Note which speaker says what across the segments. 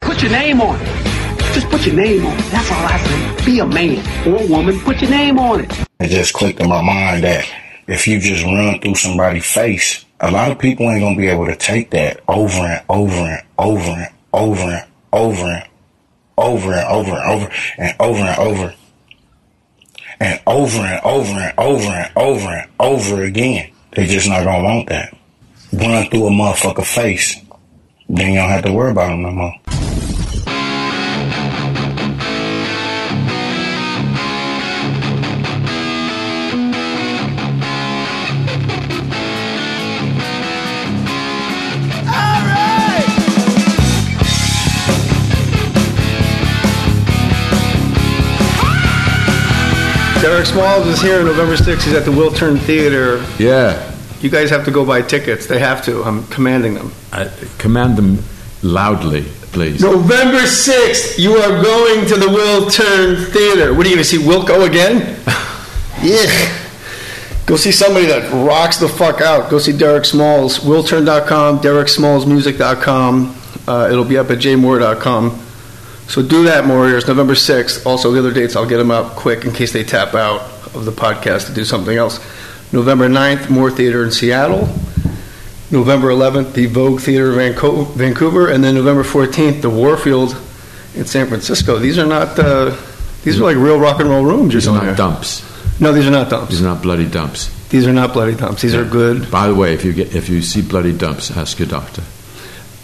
Speaker 1: Put your name on it. Just put your name on it. That's all I say. Be a man or a woman. Put your name on it.
Speaker 2: It just clicked in my mind that if you just run through somebody's face, a lot of people ain't gonna be able to take that over and over and over and over and over and over and over and over and over and over and over and over and over and over and over again. They just not gonna want that. Run through a motherfucker face, then you don't have to worry about them no more.
Speaker 3: Derek Smalls is here November 6th. He's at the Wiltern Theater.
Speaker 4: Yeah.
Speaker 3: You guys have to go buy tickets. They have to. I'm commanding them.
Speaker 4: I Uh, command them loudly, please.
Speaker 3: November 6th, you are going to the Wiltern Theater. What are you going to see, Wilco again? yeah. Go see somebody that rocks the fuck out. Go see Derek Smalls. Wiltern.com, DerekSmallsMusic.com. Uh, it'll be up at jmoore.com. So do that, Warriors. November 6th. Also, the other dates, I'll get them out quick in case they tap out of the podcast to do something else. November 9th, Moore Theater in Seattle. November 11th, the Vogue Theater in Vanco- Vancouver. And then November 14th, the Warfield in San Francisco. These are not, uh, these are like real rock and roll rooms.
Speaker 4: These
Speaker 3: you're
Speaker 4: are
Speaker 3: doing
Speaker 4: not
Speaker 3: here.
Speaker 4: dumps.
Speaker 3: No, these are not dumps.
Speaker 4: These are not bloody dumps.
Speaker 3: These are not bloody dumps. These are good.
Speaker 4: By the way, if you get if you see bloody dumps, ask your doctor.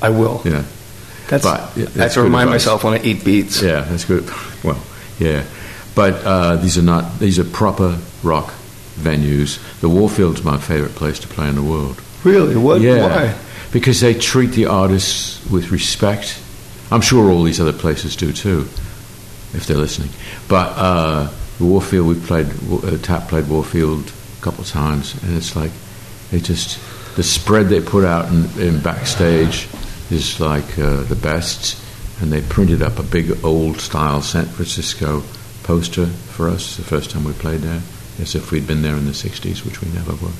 Speaker 3: I will.
Speaker 4: Yeah,
Speaker 3: That's,
Speaker 4: But, yeah,
Speaker 3: I have
Speaker 4: that's
Speaker 3: to remind
Speaker 4: good advice.
Speaker 3: myself when I eat beets.
Speaker 4: yeah, that's good. Well, yeah, but uh, these are not these are proper rock venues. The Warfield's my favorite place to play in the world.
Speaker 3: Really? What?
Speaker 4: yeah,
Speaker 3: Why?
Speaker 4: because they treat the artists with respect. I'm sure all these other places do too, if they're listening. But uh, Warfield, we played uh, Tap played Warfield a couple of times, and it's like they just the spread they put out in, in backstage is like uh, the best. And they printed up a big old style San Francisco poster for us the first time we played there, as if we'd been there in the '60s, which we never were.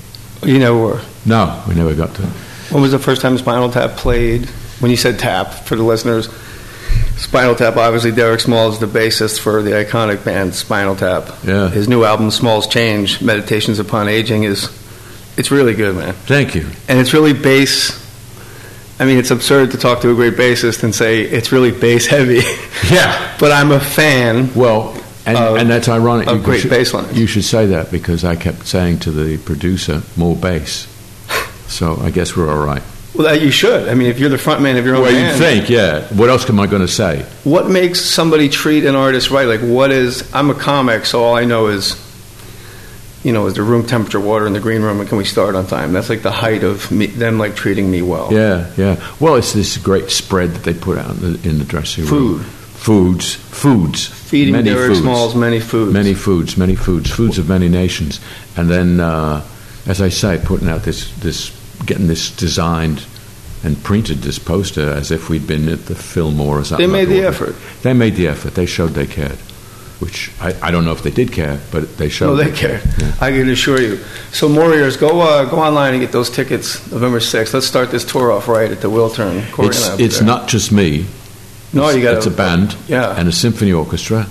Speaker 3: You know, where.
Speaker 4: No, we never got to.
Speaker 3: When was the first time Spinal Tap played? When you said tap, for the listeners, Spinal Tap, obviously Derek Smalls is the bassist for the iconic band Spinal Tap.
Speaker 4: Yeah.
Speaker 3: His new album, Smalls Change, Meditations Upon Aging, is it's really good, man.
Speaker 4: Thank you.
Speaker 3: And it's really bass. I mean, it's absurd to talk to a great bassist and say it's really bass heavy.
Speaker 4: Yeah.
Speaker 3: but I'm a fan.
Speaker 4: Well, and,
Speaker 3: of-
Speaker 4: and that's ironic.
Speaker 3: of great
Speaker 4: should,
Speaker 3: bass lines.
Speaker 4: You should say that because I kept saying to the producer, more bass. So I guess we're all right.
Speaker 3: Well, that you should. I mean, if you're the front Oh, man of your own
Speaker 4: well,
Speaker 3: band,
Speaker 4: you think, yeah. What else am I going to say?
Speaker 3: what makes somebody treat an artist right? Like, what is? I'm a comic, so all I know is, you know, is the room temperature water in the green room, and can we start on time? That's like the height of me, them like treating me well.
Speaker 4: Yeah, yeah. Well, it's this great spread that they put out in the, in the dressing room.
Speaker 3: Food,
Speaker 4: Foods, foods,
Speaker 3: feeding
Speaker 4: many
Speaker 3: Derek
Speaker 4: foods.
Speaker 3: Smalls many foods.
Speaker 4: Many foods, many foods, foods of many nations, and then, uh, as I say, putting out this, this, getting this designed and printed this poster as if we'd been at the Fillmore or
Speaker 3: They
Speaker 4: something.
Speaker 3: made
Speaker 4: like
Speaker 3: the
Speaker 4: that.
Speaker 3: effort.
Speaker 4: They made the effort. They showed they cared, which I, I don't know if they did care, but they
Speaker 3: No,
Speaker 4: showed.
Speaker 3: they cared. I can assure you. So, Warriors, go uh, go online and get those tickets November 6th. Let's start this tour off right at the Wiltern. Corey
Speaker 4: It's,
Speaker 3: and I will be
Speaker 4: it's
Speaker 3: there.
Speaker 4: not just me.
Speaker 3: No,
Speaker 4: it's,
Speaker 3: you got
Speaker 4: it's a band
Speaker 3: Yeah.
Speaker 4: and a symphony orchestra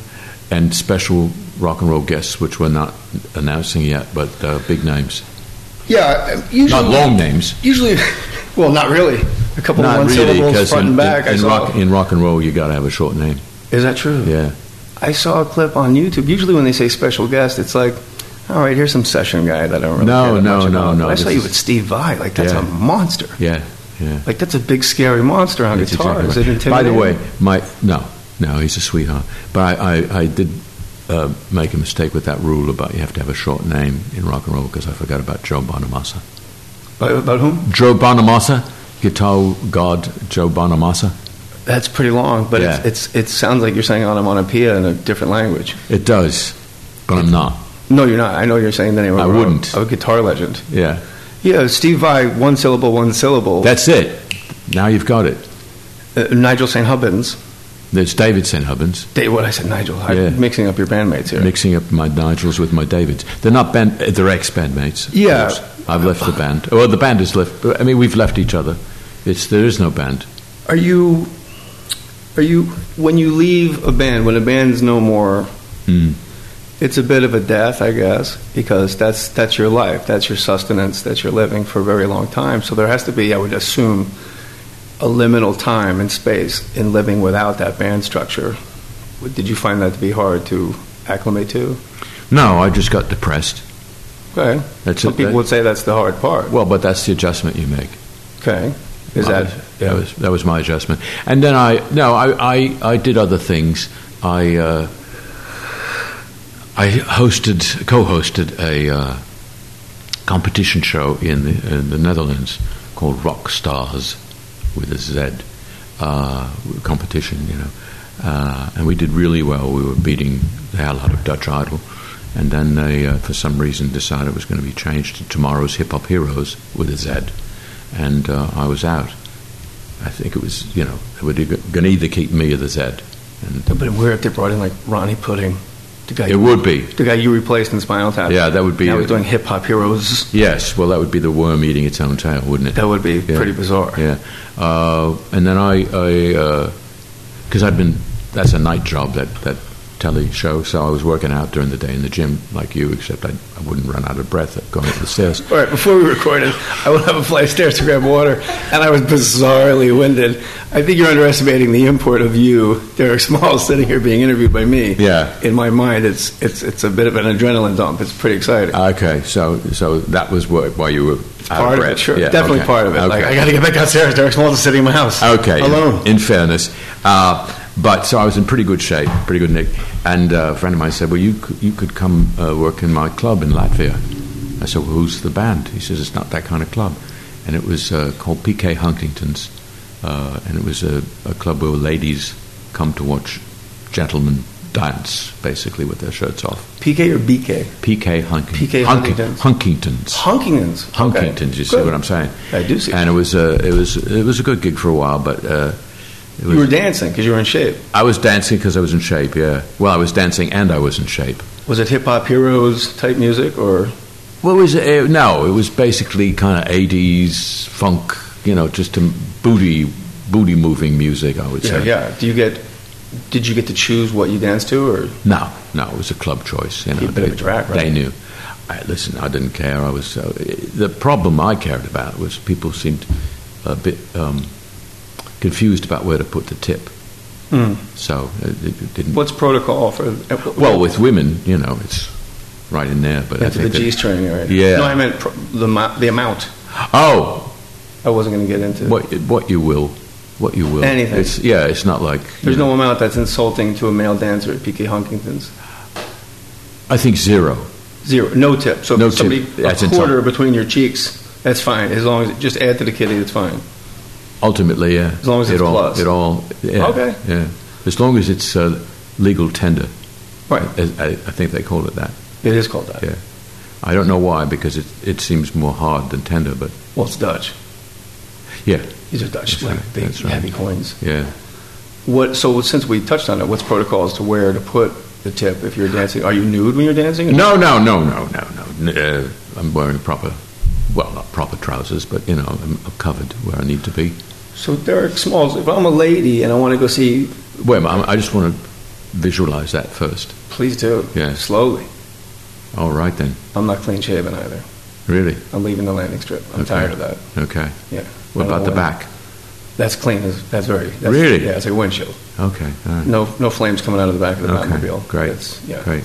Speaker 4: and special rock and roll guests, which we're not announcing yet, but uh, big names,
Speaker 3: yeah. Usually,
Speaker 4: not long names.
Speaker 3: Usually, well, not really. A couple of
Speaker 4: Not
Speaker 3: one
Speaker 4: really,
Speaker 3: syllables
Speaker 4: because
Speaker 3: front
Speaker 4: in,
Speaker 3: and back.
Speaker 4: in-
Speaker 3: I
Speaker 4: in
Speaker 3: saw.
Speaker 4: rock, in rock and roll, you got to have a short name.
Speaker 3: Is that true?
Speaker 4: Yeah,
Speaker 3: I saw a clip on YouTube. Usually, when they say special guest, it's like, all right, here's some session guy that I don't really
Speaker 4: No,
Speaker 3: care that
Speaker 4: no,
Speaker 3: much
Speaker 4: no,
Speaker 3: about.
Speaker 4: no,
Speaker 3: But I saw
Speaker 4: this
Speaker 3: you
Speaker 4: is-
Speaker 3: with Steve Vai. Like that's
Speaker 4: Yeah.
Speaker 3: a monster.
Speaker 4: yeah, yeah.
Speaker 3: Like that's a big scary monster on
Speaker 4: That's
Speaker 3: guitar.
Speaker 4: exactly
Speaker 3: Is
Speaker 4: right.
Speaker 3: it intimidating?
Speaker 4: By the way, my no, no, he's a sweetheart. But I, I, I did uh, make a mistake with that rule about you have to have a short name in rock and roll because I forgot about Joe Bonamassa.
Speaker 3: By- about whom?
Speaker 4: Joe Bonamassa, guitar god Joe Bonamassa.
Speaker 3: That's pretty long, but
Speaker 4: Yeah.
Speaker 3: it's, it's it sounds like you're saying onomatopoeia in a different language.
Speaker 4: It does, but I'm not.
Speaker 3: No, you're not. I know you're saying the name. of
Speaker 4: I
Speaker 3: a-
Speaker 4: wouldn't.
Speaker 3: Of a guitar legend.
Speaker 4: Yeah,
Speaker 3: Yeah, Steve Vai, one syllable, one syllable.
Speaker 4: that's it. Now you've got it.
Speaker 3: uh, Nigel St. Hubbins.
Speaker 4: There's David St. Hubbins
Speaker 3: Dave, what I said, Nigel.
Speaker 4: Yeah.
Speaker 3: I'm mixing up your bandmates here.
Speaker 4: mixing up my Nigels with my Davids. They're not band. uh, They're ex bandmates. of
Speaker 3: Yeah.
Speaker 4: course. I've left the band. Well, the band has left. I mean, we've left each other. It's there is no band.
Speaker 3: Are you are you when you leave a band when a band's no more?
Speaker 4: Mm.
Speaker 3: It's a bit of a death, I guess, because that's that's your life, that's your sustenance, that's your living for a very long time. So there has to be, I would assume, a liminal time and space in living without that band structure. Did you find that to be hard to acclimate to?
Speaker 4: No, I just got depressed.
Speaker 3: Okay.
Speaker 4: That's
Speaker 3: Some
Speaker 4: it.
Speaker 3: people
Speaker 4: That-
Speaker 3: would say that's the hard part.
Speaker 4: Well, but that's the adjustment you make.
Speaker 3: Okay. Is
Speaker 4: I
Speaker 3: that
Speaker 4: was- that was that was my adjustment. And then I no, I I, I did other things. I uh, I hosted co-hosted a uh, competition show in the, in the Netherlands called Rock Stars with a Z uh, competition, you know. Uh, and we did really well. We were beating the hell out of Dutch Idol. And then they, uh, for some reason, decided it was going to be changed to Tomorrow's Hip Hop Heroes with a Z. And uh, I was out. I think it was, you know, they were going to either keep me or the Z. And
Speaker 3: but weird if they brought in like Ronnie Pudding, the guy
Speaker 4: it would be.
Speaker 3: the guy you replaced in Spinal Tap.
Speaker 4: Yeah, that would be.
Speaker 3: Now he's doing Hip Hop Heroes.
Speaker 4: yes, well, that would be the worm eating its own tail, wouldn't it?
Speaker 3: That would be
Speaker 4: Yeah.
Speaker 3: pretty bizarre.
Speaker 4: Yeah, uh, and then I, I because I'd been that's a night job that that telly show, so I was working out during the day in the gym like you, except I, I wouldn't run out of breath at going up the stairs.
Speaker 3: All right, before we recorded, I went up a flight of stairs to grab water, and I was bizarrely winded. I think you're underestimating the import of you, Derek Small, sitting here being interviewed by me.
Speaker 4: Yeah.
Speaker 3: In my mind, it's it's it's a bit of an adrenaline dump. It's pretty exciting.
Speaker 4: Okay, so so that was what, why you were out
Speaker 3: part
Speaker 4: of
Speaker 3: of
Speaker 4: breath.
Speaker 3: it, sure,
Speaker 4: Yeah,
Speaker 3: definitely
Speaker 4: okay.
Speaker 3: part of it.
Speaker 4: Okay.
Speaker 3: Like I got to get back downstairs. Derek Small is sitting in my house.
Speaker 4: Okay.
Speaker 3: Alone.
Speaker 4: In, in fairness, uh, but so I was in pretty good shape, pretty good nick. And uh, a friend of mine said, "Well, you c- you could come uh, work in my club in Latvia." I said, "Well, who's the band?" He says, "It's not that kind of club," and it was uh, called PK Huntington's, uh, and it was a, a club where ladies come to watch gentlemen dance, basically with their shirts off.
Speaker 3: PK or BK?
Speaker 4: PK Huntington.
Speaker 3: PK Huntington's.
Speaker 4: Huntington's.
Speaker 3: Hunkingtons. Okay.
Speaker 4: Huntington. You see
Speaker 3: Good.
Speaker 4: what I'm saying?
Speaker 3: I do see.
Speaker 4: And it was a it was it was a good gig for a while, but uh, it was,
Speaker 3: you were dancing because you were in shape.
Speaker 4: I was dancing because I was in shape. Yeah, well, I was dancing and I was in shape.
Speaker 3: Was it hip hop heroes type music or
Speaker 4: What was
Speaker 3: uh,
Speaker 4: it? No, it was basically kind of eighties funk. You know, just to booty booty moving music. I would
Speaker 3: yeah?
Speaker 4: say.
Speaker 3: yeah. Do you get? Did you get to choose what you danced to or
Speaker 4: No, no, it was a club choice. You know,
Speaker 3: You're a bit of a
Speaker 4: They-
Speaker 3: drag, right?
Speaker 4: They knew. I, listen, I didn't care. I was uh, the problem I cared about was people seemed a bit um, confused about where to put the tip.
Speaker 3: Hmm.
Speaker 4: So uh, it, it didn't.
Speaker 3: what's protocol for?
Speaker 4: Well, with women, you know, it's right in there. But I
Speaker 3: into
Speaker 4: think
Speaker 3: the
Speaker 4: that-
Speaker 3: G string area.
Speaker 4: Yeah.
Speaker 3: No, I meant pro- the mo- the amount.
Speaker 4: oh,
Speaker 3: I wasn't going to get into.
Speaker 4: What what you will, what you will.
Speaker 3: Anything.
Speaker 4: It's, yeah, it's not like.
Speaker 3: There's
Speaker 4: you know,
Speaker 3: no amount that's insulting to a male dancer at PK Hunkington's.
Speaker 4: I think zero.
Speaker 3: Zero, no tip. So
Speaker 4: No
Speaker 3: if
Speaker 4: tip.
Speaker 3: somebody
Speaker 4: That's
Speaker 3: a
Speaker 4: insult-
Speaker 3: quarter between your cheeks, that's fine. As long as just add to the kitty, it's fine.
Speaker 4: Ultimately, yeah.
Speaker 3: As long as
Speaker 4: it
Speaker 3: it's
Speaker 4: all,
Speaker 3: plus.
Speaker 4: It all. Yeah,
Speaker 3: Okay.
Speaker 4: Yeah. As long as it's uh, legal tender.
Speaker 3: Right.
Speaker 4: As- I, I think they call it that.
Speaker 3: It is called that.
Speaker 4: Yeah. I don't know why, because it it seems more hard than tender, but
Speaker 3: Well, it's Dutch.
Speaker 4: yeah,
Speaker 3: These are Dutch,
Speaker 4: That's
Speaker 3: like
Speaker 4: right.
Speaker 3: big,
Speaker 4: That's right.
Speaker 3: heavy coins.
Speaker 4: yeah.
Speaker 3: What? So since we touched on it, what's protocol as to where to put the tip if you're dancing? Are you nude when you're dancing?
Speaker 4: No, no, no, no, no, no. N- Uh, I'm wearing proper, well, not proper trousers, but you know, I'm covered where I need to be.
Speaker 3: So Derek Smalls, if I'm a lady and I want to go see,
Speaker 4: Wait, a minute, I I just want to visualize that first.
Speaker 3: please do.
Speaker 4: Yeah.
Speaker 3: Slowly.
Speaker 4: All right then.
Speaker 3: I'm not clean shaven either.
Speaker 4: Really?
Speaker 3: I'm leaving the landing strip. I'm
Speaker 4: Okay.
Speaker 3: tired of that.
Speaker 4: Okay.
Speaker 3: Yeah.
Speaker 4: What
Speaker 3: I don't
Speaker 4: about the
Speaker 3: want-
Speaker 4: back?
Speaker 3: That's clean. That's, that's very. That's,
Speaker 4: Really?
Speaker 3: Yeah, it's like a windshield.
Speaker 4: Okay. All right.
Speaker 3: No, no flames coming out of the back of the
Speaker 4: okay.
Speaker 3: Batmobile.
Speaker 4: Great.
Speaker 3: It's- yeah.
Speaker 4: Great.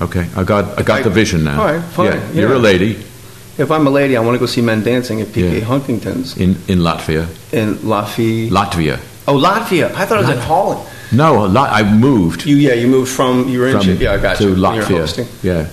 Speaker 4: Okay. I got I got
Speaker 3: I-
Speaker 4: the vision now.
Speaker 3: All right, fine,
Speaker 4: Yeah. You're a
Speaker 3: yeah.
Speaker 4: lady
Speaker 3: If I'm a lady, I want to go see men dancing at PK
Speaker 4: Yeah.
Speaker 3: Huntington's
Speaker 4: in, in Latvia.
Speaker 3: in Latvia.
Speaker 4: Latvia.
Speaker 3: oh, Latvia. I thought it was in Holland.
Speaker 4: No, Lat- I moved
Speaker 3: You, yeah, you moved from you were in
Speaker 4: from
Speaker 3: Ch- yeah, I got
Speaker 4: to
Speaker 3: you. when you were
Speaker 4: Latvia.
Speaker 3: hosting.
Speaker 4: Yeah.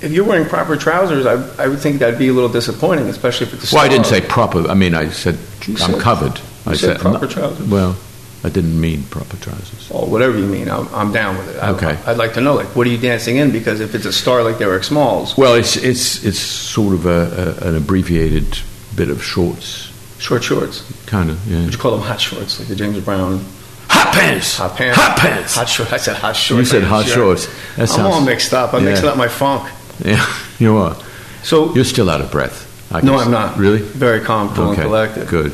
Speaker 3: If you're wearing proper trousers, I, I would think that'd be a little disappointing, especially if it's. a
Speaker 4: Well, I didn't
Speaker 3: star.
Speaker 4: say proper. I mean, I said
Speaker 3: You
Speaker 4: I'm
Speaker 3: said-
Speaker 4: covered.
Speaker 3: you
Speaker 4: I
Speaker 3: said
Speaker 4: I'm
Speaker 3: proper trousers.
Speaker 4: Well, I didn't mean proper trousers.
Speaker 3: Oh, whatever you mean, I'm, I'm down with it. I-
Speaker 4: Okay.
Speaker 3: I'd like to know, like, what are you dancing in? Because if it's a star like Derek Smalls,
Speaker 4: Well, it's it's it's sort of a, a an abbreviated bit of shorts,
Speaker 3: short shorts.
Speaker 4: kind of. Yeah.
Speaker 3: Would you call them hot shorts, like the James Brown
Speaker 4: Hot pants.
Speaker 3: hot pants?
Speaker 4: Hot pants.
Speaker 3: Hot shorts. I said hot
Speaker 4: You
Speaker 3: shorts.
Speaker 4: said
Speaker 3: I'm
Speaker 4: hot
Speaker 3: sure.
Speaker 4: shorts. That
Speaker 3: I'm
Speaker 4: sounds-
Speaker 3: all mixed up. I'm
Speaker 4: Yeah.
Speaker 3: mixing up my funk.
Speaker 4: Yeah, you are.
Speaker 3: So
Speaker 4: You're still out of breath. I can
Speaker 3: no,
Speaker 4: s-
Speaker 3: I'm not
Speaker 4: Really?
Speaker 3: very calm, cool, and collected.
Speaker 4: Good.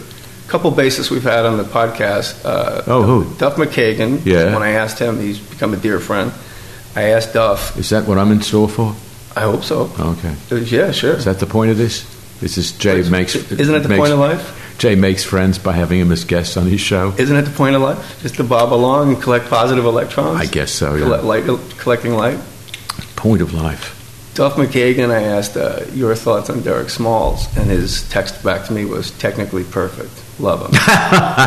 Speaker 3: couple bassists we've had on the podcast. Uh,
Speaker 4: Oh, who?
Speaker 3: Duff McKagan.
Speaker 4: Yeah.
Speaker 3: When I asked him, he's become a dear friend. I asked Duff.
Speaker 4: Is that what I'm in store for?
Speaker 3: I hope so.
Speaker 4: Okay.
Speaker 3: Uh, Yeah, sure.
Speaker 4: Is that the point of this? This is Jay makes.
Speaker 3: Isn't it the
Speaker 4: makes-
Speaker 3: point of life?
Speaker 4: Jay makes friends by having him as guest on his show.
Speaker 3: Isn't it the point of life? Just to bob along and collect positive electrons.
Speaker 4: I guess so. Yeah.
Speaker 3: Colle- light, collecting light.
Speaker 4: Point of life.
Speaker 3: Duff McKagan, I asked uh, your thoughts on Derek Smalls, and his text back to me was technically perfect. Love him.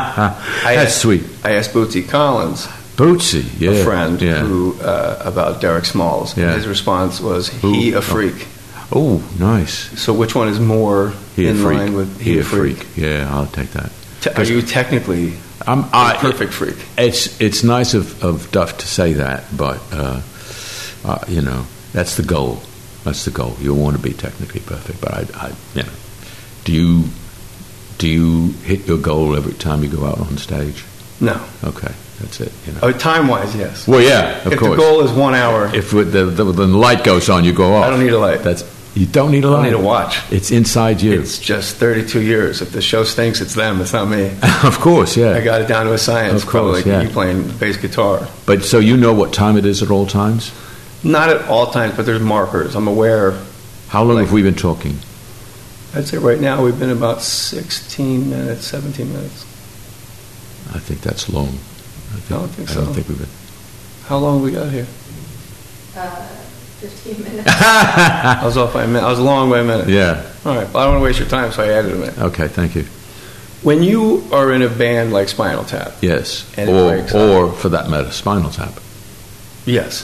Speaker 4: That's
Speaker 3: asked-
Speaker 4: sweet.
Speaker 3: I asked Bootsy Collins,
Speaker 4: Bootsy, yeah,
Speaker 3: a friend,
Speaker 4: Yeah.
Speaker 3: who uh, about Derek Smalls,
Speaker 4: Yeah.
Speaker 3: and his response was,
Speaker 4: Ooh.
Speaker 3: "He a freak."
Speaker 4: Oh, nice.
Speaker 3: So which one is more
Speaker 4: He a
Speaker 3: in
Speaker 4: freak.
Speaker 3: line with
Speaker 4: he a freak. Yeah, I'll take that.
Speaker 3: Te- are you technically
Speaker 4: I'm
Speaker 3: a
Speaker 4: I,
Speaker 3: perfect freak?
Speaker 4: It's it's nice of, of Duff to say that, but uh, uh, you know that's the goal. That's the goal. You want to be technically perfect, but I, I you know, do you do you hit your goal every time you go out on stage?
Speaker 3: No.
Speaker 4: Okay, that's it. You know.
Speaker 3: Oh, time wise, yes.
Speaker 4: Well, yeah, of
Speaker 3: if
Speaker 4: course.
Speaker 3: the goal is one hour,
Speaker 4: if with the, the, the light goes on, you go off.
Speaker 3: I don't need a light.
Speaker 4: That's you don't need a
Speaker 3: I
Speaker 4: light.
Speaker 3: don't need a watch.
Speaker 4: It's inside you.
Speaker 3: It's just 32 years. If the show stinks, it's them. It's not me.
Speaker 4: of course, yeah.
Speaker 3: I got it down to a science.
Speaker 4: Of
Speaker 3: probably like
Speaker 4: course, yeah.
Speaker 3: you playing bass guitar.
Speaker 4: But so you know what time it is at all times.
Speaker 3: Not at all times, but there's markers. I'm aware.
Speaker 4: How long
Speaker 3: Like-
Speaker 4: have we been talking?
Speaker 3: I'd say right now we've been about 16 minutes, 17 minutes.
Speaker 4: I think that's long. I think,
Speaker 3: I don't think
Speaker 4: I don't
Speaker 3: so.
Speaker 4: think we've been.
Speaker 3: How long we got here?
Speaker 5: uh, 15 minutes.
Speaker 3: I was off by a minute. I was long by a minute.
Speaker 4: yeah.
Speaker 3: All right. Well, I don't want to waste your time, so I added a minute.
Speaker 4: Okay. Thank you.
Speaker 3: When you are in a band like Spinal Tap,
Speaker 4: Yes.
Speaker 3: And it
Speaker 4: or
Speaker 3: breaks up.
Speaker 4: or for that matter, Spinal Tap.
Speaker 3: yes,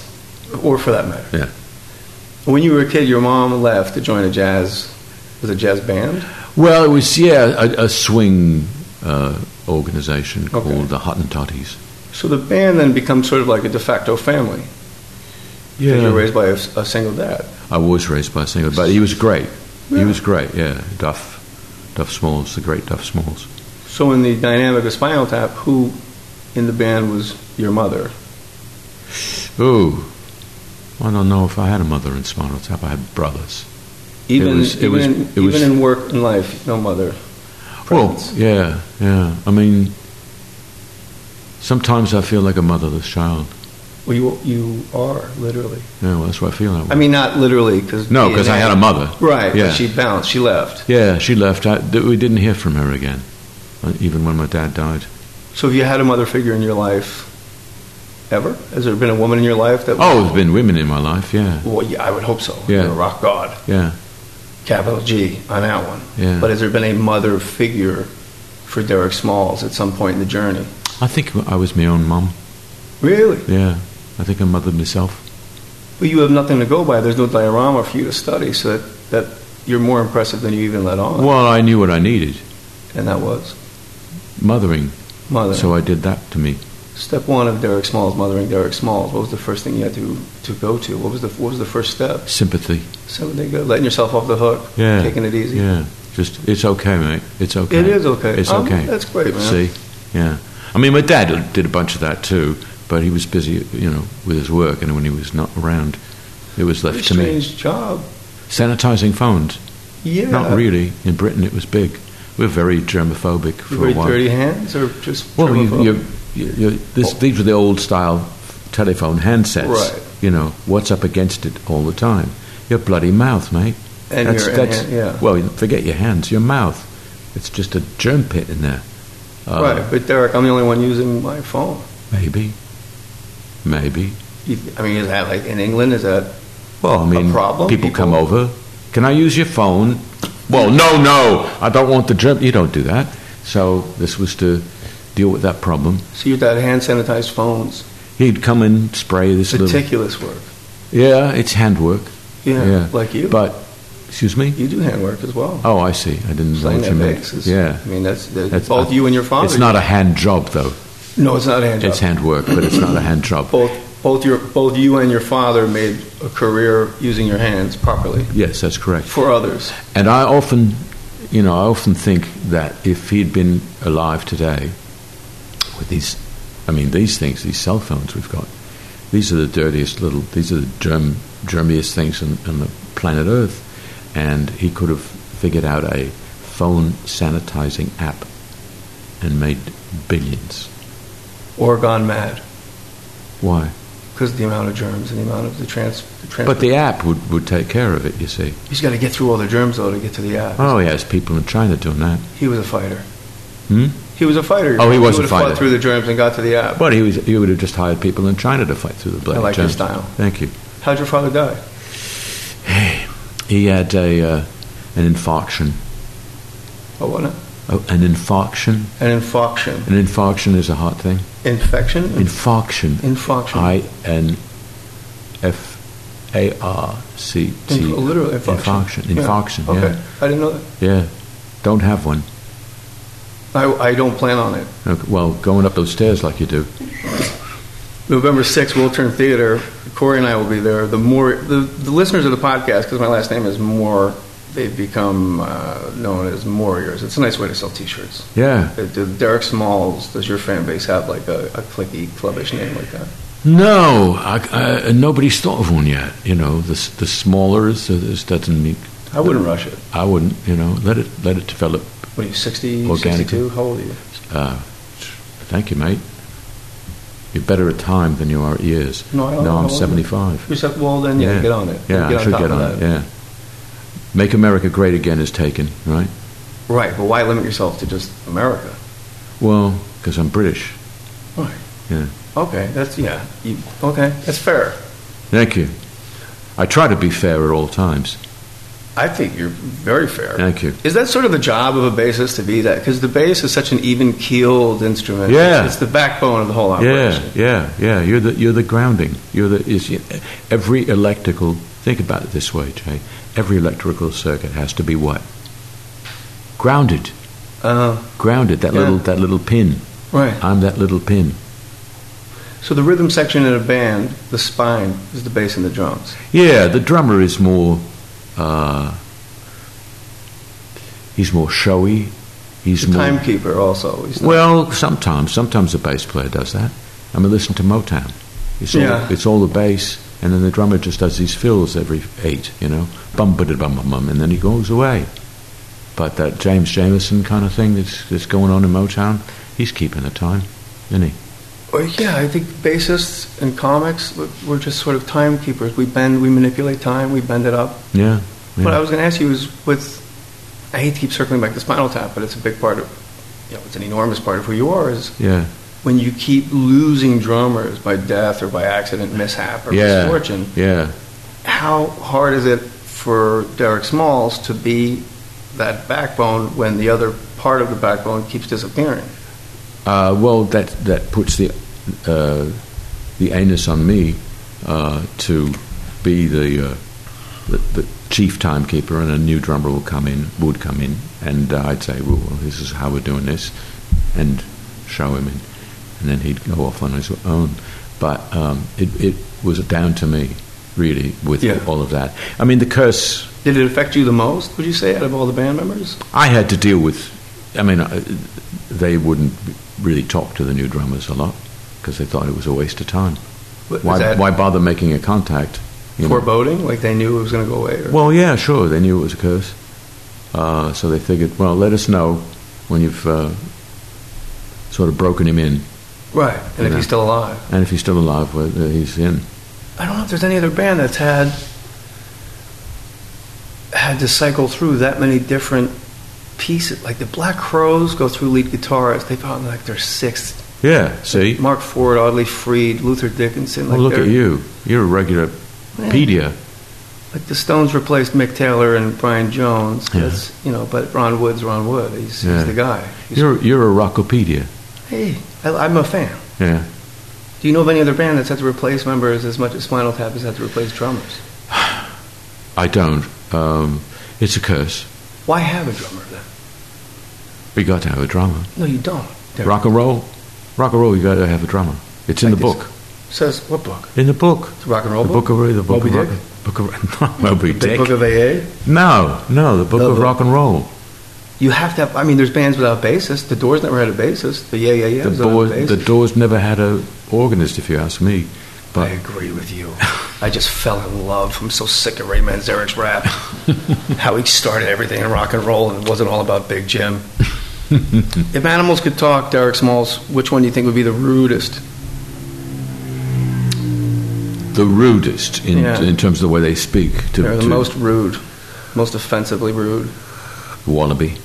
Speaker 3: or for that matter,
Speaker 4: Yeah.
Speaker 3: When you were a kid, your mom left to join a jazz, was a jazz band.
Speaker 4: Well, it was yeah a, a swing uh, organization
Speaker 3: Okay.
Speaker 4: called the Hottentotties.
Speaker 3: So the band then becomes sort of like a de facto family. 'cause You're raised by a, s- a single dad.
Speaker 4: I was raised by a single, but he was great. He was great. Yeah, Duff, Duff Smalls, the great Duff Smalls.
Speaker 3: So in the dynamic of Spinal Tap, who in the band was your mother?
Speaker 4: Ooh, I don't know if I had a mother in Spinal Tap. I had brothers.
Speaker 3: Even
Speaker 4: was- it
Speaker 3: even,
Speaker 4: was-
Speaker 3: in,
Speaker 4: it was-
Speaker 3: even in work and life, no mother. presence.
Speaker 4: Well, yeah, yeah. I mean, sometimes I feel like a motherless child.
Speaker 3: Well, you you are literally.
Speaker 4: Yeah, well, that's what I feel like.
Speaker 3: I mean, not literally because
Speaker 4: no, because I had a mother.
Speaker 3: Right.
Speaker 4: Yeah.
Speaker 3: But she bounced. She left.
Speaker 4: Yeah, she left. I, th- we didn't hear from her again, uh, even when my dad died.
Speaker 3: So have you had a mother figure in your life ever? Has there been a woman in your life that?
Speaker 4: Oh, there's been women in my life. Yeah,
Speaker 3: Well, yeah, I would hope so.
Speaker 4: Yeah.
Speaker 3: You're a rock god,
Speaker 4: yeah.
Speaker 3: capital G on that one.
Speaker 4: Yeah.
Speaker 3: But has there been a mother figure for Derek Smalls at some point in the journey?
Speaker 4: I think I was my own mum.
Speaker 3: Really?
Speaker 4: Yeah, I think I mothered myself.
Speaker 3: But you have nothing to go by. There's no diorama for you to study, so that, that you're more impressive than you even let on.
Speaker 4: Well, I knew what I needed
Speaker 3: And that was
Speaker 4: mothering,
Speaker 3: mother.
Speaker 4: so I did that to me.
Speaker 3: Step one of Derek Smalls, mothering Derek Smalls. What was the first thing you had to, to go to? What was the what was the first step?
Speaker 4: Sympathy.
Speaker 3: So they go, letting yourself off the hook,
Speaker 4: Yeah.
Speaker 3: taking it easy.
Speaker 4: Yeah. Just, it's okay, mate. It's okay.
Speaker 3: It is okay.
Speaker 4: It's
Speaker 3: Um,
Speaker 4: okay.
Speaker 3: that's great, man.
Speaker 4: See? Yeah. I mean, my dad did a bunch of that too, but he was busy, you know, with his work, and when he was not around, it was left
Speaker 3: Pretty
Speaker 4: to me.
Speaker 3: strange job.
Speaker 4: Sanitizing phones.
Speaker 3: Yeah.
Speaker 4: Not really. In Britain, it was big. We were very germophobic for
Speaker 3: You very
Speaker 4: a while.
Speaker 3: dirty hands or just
Speaker 4: Well, you,
Speaker 3: germaphobe?
Speaker 4: you, you, you, this, these were the old style telephone handsets.
Speaker 3: Oh. Right.
Speaker 4: You know, what's up against it all the time? Your bloody mouth, mate.
Speaker 3: and
Speaker 4: that's,
Speaker 3: your
Speaker 4: that's,
Speaker 3: and hand, yeah.
Speaker 4: Well, forget your hands, your mouth. It's just a germ pit in there. Uh,
Speaker 3: right, but Derek, I'm the only one using my phone.
Speaker 4: Maybe. Maybe.
Speaker 3: You- I mean, is that like in England? Is that
Speaker 4: Well, I
Speaker 3: A
Speaker 4: mean,
Speaker 3: problem?
Speaker 4: People,
Speaker 3: People-
Speaker 4: come over. Can I use your phone? Well, no, no. I don't want the germ. You don't do that. So this was to deal with that problem.
Speaker 3: so? You got hand sanitized phones.
Speaker 4: He'd come and spray this little.
Speaker 3: Meticulous work.
Speaker 4: Yeah, it's handwork.
Speaker 3: Yeah,
Speaker 4: Yeah.
Speaker 3: like you.
Speaker 4: But, excuse me?
Speaker 3: you do hand work as well.
Speaker 4: Oh, I see. I didn't know
Speaker 3: Slaying
Speaker 4: what you
Speaker 3: that
Speaker 4: meant.
Speaker 3: bass is-
Speaker 4: Yeah.
Speaker 3: I mean that's, that's
Speaker 4: That's- uh,
Speaker 3: both you and your father.
Speaker 4: It's not a hand job, though.
Speaker 3: No, it's not a hand job.
Speaker 4: It's hand work, but it's not a hand job.
Speaker 3: both both your both you and your father made a career using your hands properly
Speaker 4: Yes, that's correct.
Speaker 3: for others.
Speaker 4: And I often, you know, I often think that if he'd been alive today, with these, I mean, these things, these cell phones we've got, these are the dirtiest little, these are the germ, germiest things on, on the planet Earth, and he could have figured out a phone sanitizing app and made billions.
Speaker 3: or gone mad
Speaker 4: Why?
Speaker 3: because of the amount of germs and the amount of the trans. The trans
Speaker 4: But the app would, would take care of it, you see.
Speaker 3: he's got to get through all the germs though to get to the app.
Speaker 4: Oh, yeah, it's people in China doing that.
Speaker 3: He was a fighter.
Speaker 4: Hmm?
Speaker 3: He was a fighter.
Speaker 4: Oh, he was a
Speaker 3: would've fought
Speaker 4: fighter.
Speaker 3: through the germs and got to the app.
Speaker 4: But he, was, he would have just hired people in China to fight through the bloody
Speaker 3: I like
Speaker 4: germs.
Speaker 3: his style.
Speaker 4: Thank you.
Speaker 3: How'd your father die?
Speaker 4: He had a, uh, an infarction.
Speaker 3: Oh, what? An
Speaker 4: Oh, an infarction?
Speaker 3: infarction.
Speaker 4: An infarction is a heart thing.
Speaker 3: Infection.
Speaker 4: Infarction.
Speaker 3: Infarction.
Speaker 4: I N F A R C T.
Speaker 3: Inf- literal infarction.
Speaker 4: Infarction. Infarction, yeah.
Speaker 3: Okay. I didn't know that.
Speaker 4: Yeah. Don't have one.
Speaker 3: I, I don't plan on it.
Speaker 4: Okay, Well, going up those stairs like you do.
Speaker 3: November 6th, Wiltern Theater. Corey and I will be there. The more the, the listeners of the podcast, because my last name is Moore, they've become uh, known as Mooriers. It's a nice way to sell T-shirts.
Speaker 4: Yeah.
Speaker 3: Uh, do- Derek Smalls, does your fan base have like a, a clicky, clubbish name like that?
Speaker 4: No, I, I, nobody's thought of one yet. You know, the s- the smaller, so this doesn't mean
Speaker 3: I wouldn't rush it.
Speaker 4: I wouldn't. You know, let it let it develop.
Speaker 3: What are you, 60,
Speaker 4: Organic.
Speaker 3: 62? How old are you?
Speaker 4: Uh, thank you, mate. You're better at time than you are at years.
Speaker 3: No, I don't know.
Speaker 4: Now I'm 75.
Speaker 3: You said, well, then yeah, get on it.
Speaker 4: Yeah,
Speaker 3: get
Speaker 4: I should
Speaker 3: top of
Speaker 4: get on
Speaker 3: that.
Speaker 4: it. Yeah. Make America Great Again is taken, right?
Speaker 3: Right, but why limit yourself to just America?
Speaker 4: Well, because I'm British.
Speaker 3: Okay, that's, yeah. You, okay, that's fair.
Speaker 4: Thank you. I try to be fair at all times.
Speaker 3: I think you're very fair.
Speaker 4: Thank you.
Speaker 3: Is that sort of the job of a bassist to be that? Because the bass is such an even keeled instrument.
Speaker 4: Yeah.
Speaker 3: It's the backbone of the whole
Speaker 4: Yeah,
Speaker 3: operation.
Speaker 4: yeah, yeah. You're the you're the grounding. You're the is every electrical. Think about it this way, Jay. Every electrical circuit has to be what grounded.
Speaker 3: Uh,
Speaker 4: Grounded. That
Speaker 3: Yeah.
Speaker 4: little that little pin.
Speaker 3: right.
Speaker 4: I'm that little pin.
Speaker 3: So the rhythm section in a band, the spine, is the bass and the drums.
Speaker 4: Yeah, the drummer is more. Uh, he's more showy. He's
Speaker 3: The
Speaker 4: more.
Speaker 3: timekeeper also. He's not-
Speaker 4: Well, sometimes, sometimes the bass player does that. I mean, listen to Motown. It's all,
Speaker 3: Yeah.
Speaker 4: it's all the bass, and then the drummer just does these fills every eight, you know, bum ba da bum bum bum, and then he goes away. But that James Jameson kind of thing that's, that's going on in Motown, he's keeping the time, isn't he?
Speaker 3: Well, yeah, I think bassists and comics, look, we're just sort of timekeepers. We bend, we manipulate time, we bend it up.
Speaker 4: Yeah. yeah.
Speaker 3: What I was going to ask you is with, I hate to keep circling back to Spinal Tap, but it's a big part of, you know, it's an enormous part of who you are is
Speaker 4: yeah.
Speaker 3: when you keep losing drummers by death or by accident, mishap, or
Speaker 4: Yeah.
Speaker 3: misfortune,
Speaker 4: Yeah.
Speaker 3: how hard is it for Derek Smalls to be that backbone when the other part of the backbone keeps disappearing?
Speaker 4: Uh, well, that that puts the uh, the anus on me uh, to be the, uh, the the chief timekeeper, and a new drummer will come in, would come in, and uh, I'd say, well, well, this is how we're doing this, and show him, in, and then he'd go off on his own. But um, it it was down to me, really, with
Speaker 3: Yeah.
Speaker 4: all of that. I mean, the curse.
Speaker 3: Did it affect you the most, would you say, out of all the band members?
Speaker 4: I had to deal with. I mean, I- they wouldn't really talk to the new drummers a lot because they thought it was a waste of time.
Speaker 3: What- was
Speaker 4: Why,
Speaker 3: that
Speaker 4: why bother making a contact? you know?
Speaker 3: foreboding? Like they knew it was going to go away? Or?
Speaker 4: Well, yeah, sure. They knew it was a curse, uh, so they figured, well, let us know when you've uh, sort of broken him in,
Speaker 3: right. And if
Speaker 4: Yeah.
Speaker 3: he's still alive.
Speaker 4: and if he's still alive, well, uh, he's in.
Speaker 3: I don't know if there's any other band that's had had to cycle through that many different pieces. Like the Black Crows go through lead guitarist; they found like their sixth.
Speaker 4: Yeah. See.
Speaker 3: Mark Ford, Audley Freed, Luther Dickinson. Like
Speaker 4: Well, look
Speaker 3: they're-
Speaker 4: at you. You're a regular
Speaker 3: Yeah.
Speaker 4: pedia.
Speaker 3: Like the Stones replaced Mick Taylor and Brian Jones.
Speaker 4: Yeah.
Speaker 3: That's you know, but Ron Wood's Ron Wood. He's,
Speaker 4: Yeah.
Speaker 3: he's the guy. He's,
Speaker 4: You're you're a rockopedia.
Speaker 3: hey, I, I'm a fan.
Speaker 4: Yeah.
Speaker 3: Do you know of any other band that's had to replace members as much as Spinal Tap has had to replace drummers?
Speaker 4: I don't. Um, it's a curse.
Speaker 3: Why have a drummer then?
Speaker 4: We got to have a drummer.
Speaker 3: No, you don't. Derek.
Speaker 4: Rock and roll, rock and roll. You got to have a drummer. It's in
Speaker 3: I
Speaker 4: the book.
Speaker 3: says what book?
Speaker 4: In the book.
Speaker 3: The Rock and Roll
Speaker 4: The book of the book
Speaker 3: Moby
Speaker 4: of
Speaker 3: Dick?
Speaker 4: rock, book of not Moby
Speaker 3: The
Speaker 4: Dick.
Speaker 3: Book of AA.
Speaker 4: no, no, the book
Speaker 3: No,
Speaker 4: of
Speaker 3: the-
Speaker 4: rock and roll.
Speaker 3: You have to have. I mean, there's bands without bassist. The Doors never had a bassist. The Yeah Yeah Yeah.
Speaker 4: the,
Speaker 3: without
Speaker 4: boy,
Speaker 3: a bassist.
Speaker 4: the Doors never had a organist, if you ask
Speaker 3: I
Speaker 4: me. But
Speaker 3: agree with you. I just fell in love. I'm so sick of Ray Manzarek's rap. How he started everything in rock and roll and it wasn't all about Big Jim. If animals could talk, Derek Smalls, which one do you think would be the rudest?
Speaker 4: The rudest in,
Speaker 3: Yeah.
Speaker 4: in terms of the way they speak to,
Speaker 3: They're the
Speaker 4: to
Speaker 3: most rude, most offensively rude.
Speaker 4: wallaby.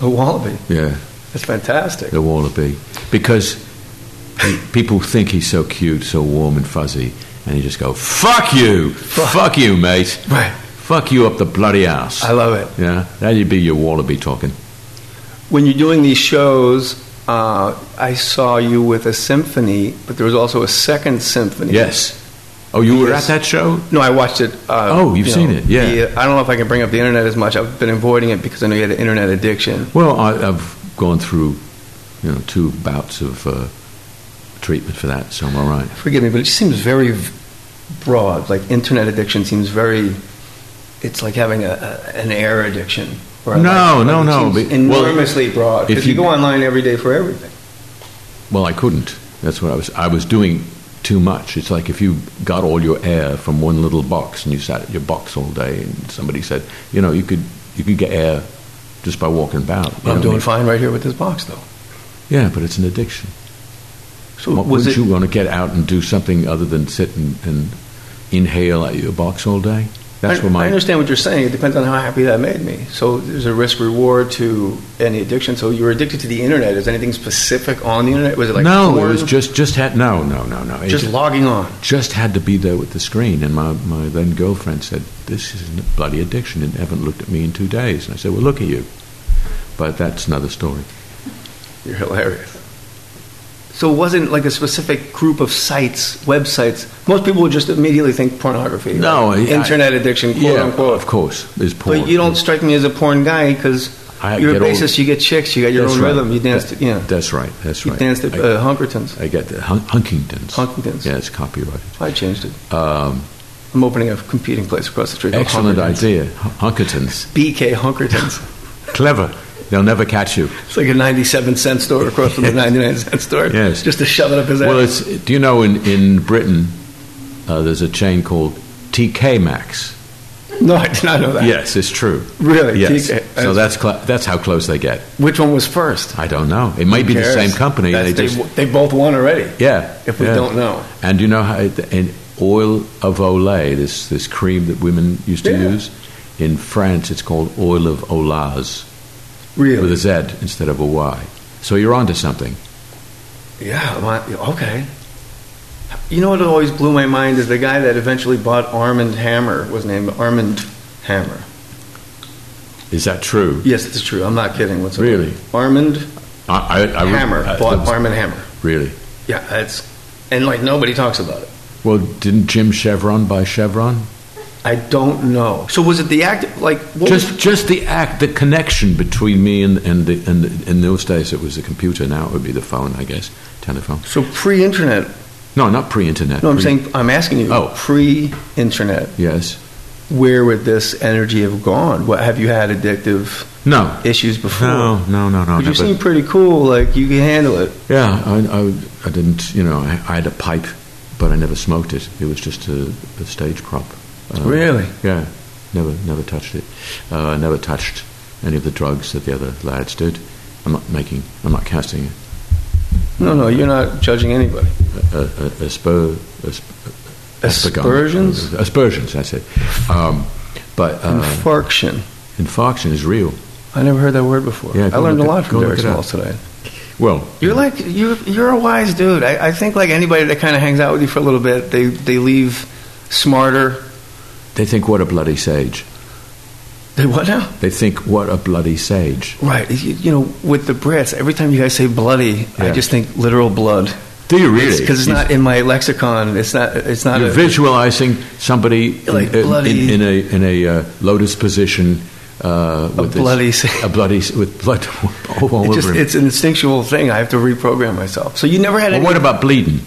Speaker 3: A wallaby.
Speaker 4: Yeah,
Speaker 3: That's fantastic.
Speaker 4: the wallaby. Because he- people think he's so cute, so warm and fuzzy, and you just go, fuck you! Fuck you, mate!
Speaker 3: Right.
Speaker 4: Fuck you up the bloody ass.
Speaker 3: I love it.
Speaker 4: Yeah, that'd be your wallaby talking.
Speaker 3: When you're doing these shows, uh, I saw you with a symphony, but there was also a second symphony.
Speaker 4: Yes. Oh, you were
Speaker 3: Yes.
Speaker 4: at that show?
Speaker 3: No, I watched it. Uh,
Speaker 4: Oh, you've
Speaker 3: you
Speaker 4: seen
Speaker 3: know,
Speaker 4: it, yeah.
Speaker 3: the- I don't know if I can bring up the internet as much. I've been avoiding it because I know you had an internet addiction.
Speaker 4: Well, I, I've gone through, you know, two bouts of uh, treatment for that, so I'm all right.
Speaker 3: Forgive me, but it just seems very v- broad. Like internet addiction seems very. It's like having a, a, an air addiction. or
Speaker 4: No,
Speaker 3: like-
Speaker 4: no,
Speaker 3: it
Speaker 4: no,
Speaker 3: seems
Speaker 4: but- well,
Speaker 3: enormously broad.
Speaker 4: if
Speaker 3: If you,
Speaker 4: you-
Speaker 3: go online every day for everything.
Speaker 4: Well, I couldn't. That's what I was. I was doing too much. It's like if you got all your air from one little box and you sat at your box all day, and somebody said, you know, you could you could get air just by walking about. you know
Speaker 3: I'm
Speaker 4: what I
Speaker 3: doing
Speaker 4: mean?
Speaker 3: fine right here with this box, though.
Speaker 4: Yeah, but it's an addiction.
Speaker 3: So
Speaker 4: What-
Speaker 3: was
Speaker 4: wouldn't
Speaker 3: it?
Speaker 4: you want to get out and do something other than sit and, and inhale at your box all day? That's
Speaker 3: I,
Speaker 4: what
Speaker 3: I
Speaker 4: my
Speaker 3: understand what you're saying. It depends on how happy that made me. So there's a risk reward to any addiction. So you were addicted to the internet. Is anything specific on the internet? Was it like
Speaker 4: no,
Speaker 3: porn?
Speaker 4: it was just just had no no no no. It
Speaker 3: just logging on?
Speaker 4: just had to be there with the screen. And my, my then girlfriend said, This is a bloody addiction and haven't looked at me in two days. And I said, Well, look at you. But that's another story.
Speaker 3: You're hilarious. So it wasn't like a specific group of sites, websites. Most people would just immediately think pornography.
Speaker 4: No,
Speaker 3: like
Speaker 4: I-
Speaker 3: internet addiction, quote
Speaker 4: yeah,
Speaker 3: unquote.
Speaker 4: Of course. There's porn.
Speaker 3: But you don't strike me as a porn guy because
Speaker 4: I
Speaker 3: you're a
Speaker 4: get all-
Speaker 3: bassist. You get chicks. You got your
Speaker 4: That's
Speaker 3: own
Speaker 4: right.
Speaker 3: rhythm. You dance.
Speaker 4: That-
Speaker 3: to, yeah,
Speaker 4: That's right. That's
Speaker 3: you
Speaker 4: right.
Speaker 3: danced at
Speaker 4: I,
Speaker 3: uh, Hunkertons.
Speaker 4: I get that. Hun- Huntington's.
Speaker 3: Huntington's.
Speaker 4: Yeah, it's copyrighted.
Speaker 3: I changed it.
Speaker 4: Um,
Speaker 3: I'm opening a competing place across the street. called
Speaker 4: excellent
Speaker 3: Hunkertons.
Speaker 4: idea. Hun- Hunkertons.
Speaker 3: BK Hunkertons.
Speaker 4: Clever. They'll never catch you.
Speaker 3: it's like a 97 cent store across from the 99 cent store.
Speaker 4: Yes.
Speaker 3: Just to shove it up his ass.
Speaker 4: Well, it's, do you know in, in Britain, uh, there's a chain called TK Maxx?
Speaker 3: no, I did not know that.
Speaker 4: Yes, it's true.
Speaker 3: Really?
Speaker 4: Yes.
Speaker 3: TK
Speaker 4: So that's cl- that's how close they get.
Speaker 3: Which one was first?
Speaker 4: I don't know. It may be the
Speaker 3: Cares?
Speaker 4: same company.
Speaker 3: That's-
Speaker 4: They
Speaker 3: they,
Speaker 4: just
Speaker 3: they both won already.
Speaker 4: yeah.
Speaker 3: If we
Speaker 4: yeah.
Speaker 3: don't know,
Speaker 4: And you know how it, in oil of Olay, this this cream that women used to
Speaker 3: Yeah.
Speaker 4: use in France, it's called oil of Olaz with
Speaker 3: really?
Speaker 4: a Z instead of a Y. So you're onto something.
Speaker 3: yeah. my- okay. You know what always blew my mind is the guy that eventually bought Armand Hammer was named Armand Hammer.
Speaker 4: Is that true?
Speaker 3: Yes, it's true. I'm not kidding. Whatsoever.
Speaker 4: Really?
Speaker 3: Armand
Speaker 4: I, I, I,
Speaker 3: Hammer
Speaker 4: I-
Speaker 3: bought Armand Hammer.
Speaker 4: Really?
Speaker 3: Yeah, that's and like nobody talks about it.
Speaker 4: Well, didn't Jim Chevron buy Chevron?
Speaker 3: I don't know. So was it the act? Like what was-
Speaker 4: just just the act, the connection between me and and the, and the, in those days it was the computer. Now it would be the phone, I guess, telephone.
Speaker 3: so pre-internet?
Speaker 4: No, not pre-internet.
Speaker 3: No, I'm
Speaker 4: pre-
Speaker 3: saying I'm asking you.
Speaker 4: Oh.
Speaker 3: pre-internet.
Speaker 4: yes.
Speaker 3: Where would this energy have gone? What have you had addictive?
Speaker 4: No,
Speaker 3: issues before.
Speaker 4: no, no, no, no.
Speaker 3: But
Speaker 4: no
Speaker 3: you seem pretty cool. Like you can handle it.
Speaker 4: yeah, I, I, I didn't. You know, I, I had a pipe, but I never smoked it. It was just a, a stage prop. Uh,
Speaker 3: Really?
Speaker 4: Yeah. Never, never touched it. Uh, I never touched any of the drugs that the other lads did. I'm not making. I'm not casting
Speaker 3: No, no, you're not judging anybody.
Speaker 4: a, a, a, a spur. A sp-
Speaker 3: Aspersions,
Speaker 4: Aspersions, that's it. Um, but uh,
Speaker 3: infarction.
Speaker 4: infarction is real.
Speaker 3: I never heard that word before.
Speaker 4: Yeah,
Speaker 3: I
Speaker 4: go
Speaker 3: learned a
Speaker 4: look it-
Speaker 3: lot from
Speaker 4: go look
Speaker 3: Derek
Speaker 4: it up.
Speaker 3: Smalls today.
Speaker 4: Well,
Speaker 3: You're like you're you're a wise dude. I, I think like anybody that kind of hangs out with you for a little bit, they they leave smarter.
Speaker 4: they think what a bloody sage.
Speaker 3: They what now?
Speaker 4: They think what a bloody sage.
Speaker 3: Right. You, you know, with the Brits, every time you guys say bloody, I
Speaker 4: Yeah.
Speaker 3: just think literal blood.
Speaker 4: Do you
Speaker 3: Because it's, not in my lexicon. It's not. It's not.
Speaker 4: You're
Speaker 3: a-
Speaker 4: visualizing somebody in-
Speaker 3: Like
Speaker 4: in, in-
Speaker 3: bloody-
Speaker 4: in, a in a uh, lotus position uh, with this-
Speaker 3: bloody sa-
Speaker 4: a bloody s- with blood all
Speaker 3: it
Speaker 4: over
Speaker 3: just,
Speaker 4: him.
Speaker 3: it's an instinctual thing. I have to reprogram myself. So you never had
Speaker 4: Well,
Speaker 3: any
Speaker 4: what about bleeding?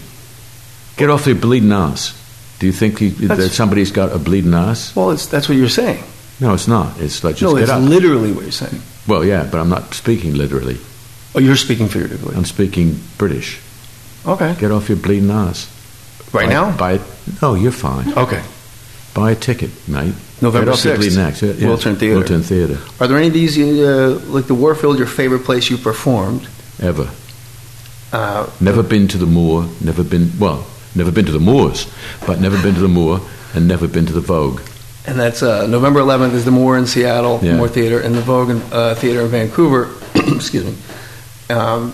Speaker 4: Get off your bleeding ass. Do you think he,
Speaker 3: That's-
Speaker 4: that somebody's got a bleeding ass?
Speaker 3: Well, it's, that's what you're saying.
Speaker 4: No, it's not. It's like just
Speaker 3: No,
Speaker 4: get
Speaker 3: it's
Speaker 4: up.
Speaker 3: literally what you're saying.
Speaker 4: well, yeah, but I'm not speaking literally.
Speaker 3: Oh, you're speaking figuratively.
Speaker 4: I'm speaking British.
Speaker 3: Okay.
Speaker 4: Get off your bleeding ass.
Speaker 3: Right
Speaker 4: By-
Speaker 3: now?
Speaker 4: By, no, you're fine.
Speaker 3: Okay.
Speaker 4: Buy a ticket, mate.
Speaker 3: November
Speaker 4: Get off your
Speaker 3: 6th,
Speaker 4: bleeding act, yeah.
Speaker 3: Wilton Theatre.
Speaker 4: Wilton Theatre,
Speaker 3: Are there any of these, uh, like the Warfield, your favorite place you performed?
Speaker 4: ever.
Speaker 3: Uh,
Speaker 4: Never been to the Moor, never been, well, never been to the Moors, but never been to the Moor and never been to the Vogue.
Speaker 3: and that's uh, November 11th is the Moore in Seattle,
Speaker 4: Yeah.
Speaker 3: Moore Theater, and the Vogue in, uh, Theater in Vancouver. Excuse me. Um,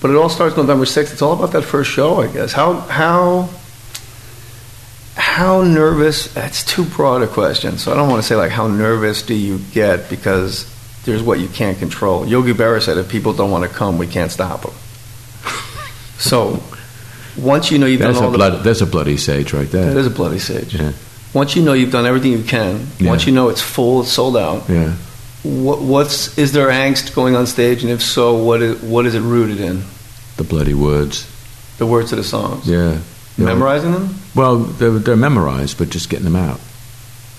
Speaker 3: but it all starts November 6th. It's all about that first show, I guess. How how how nervous? That's too broad a question. So I don't want to say like how nervous do you get because there's what you can't control. Yogi Berra said if people don't want to come, we can't stop them. so once you know you've
Speaker 4: There's
Speaker 3: done
Speaker 4: a,
Speaker 3: all the
Speaker 4: blood, there's a bloody sage right there.
Speaker 3: That is a bloody sage.
Speaker 4: Yeah.
Speaker 3: Once you know you've done everything you can,
Speaker 4: Yeah.
Speaker 3: once you know it's full, it's sold out.
Speaker 4: yeah.
Speaker 3: What, what's is there angst going on stage, and if so, what is what is it rooted in?
Speaker 4: The bloody words.
Speaker 3: The words of the songs,
Speaker 4: Yeah. Yeah.
Speaker 3: memorizing them.
Speaker 4: Well, they're, they're memorized, but just getting them out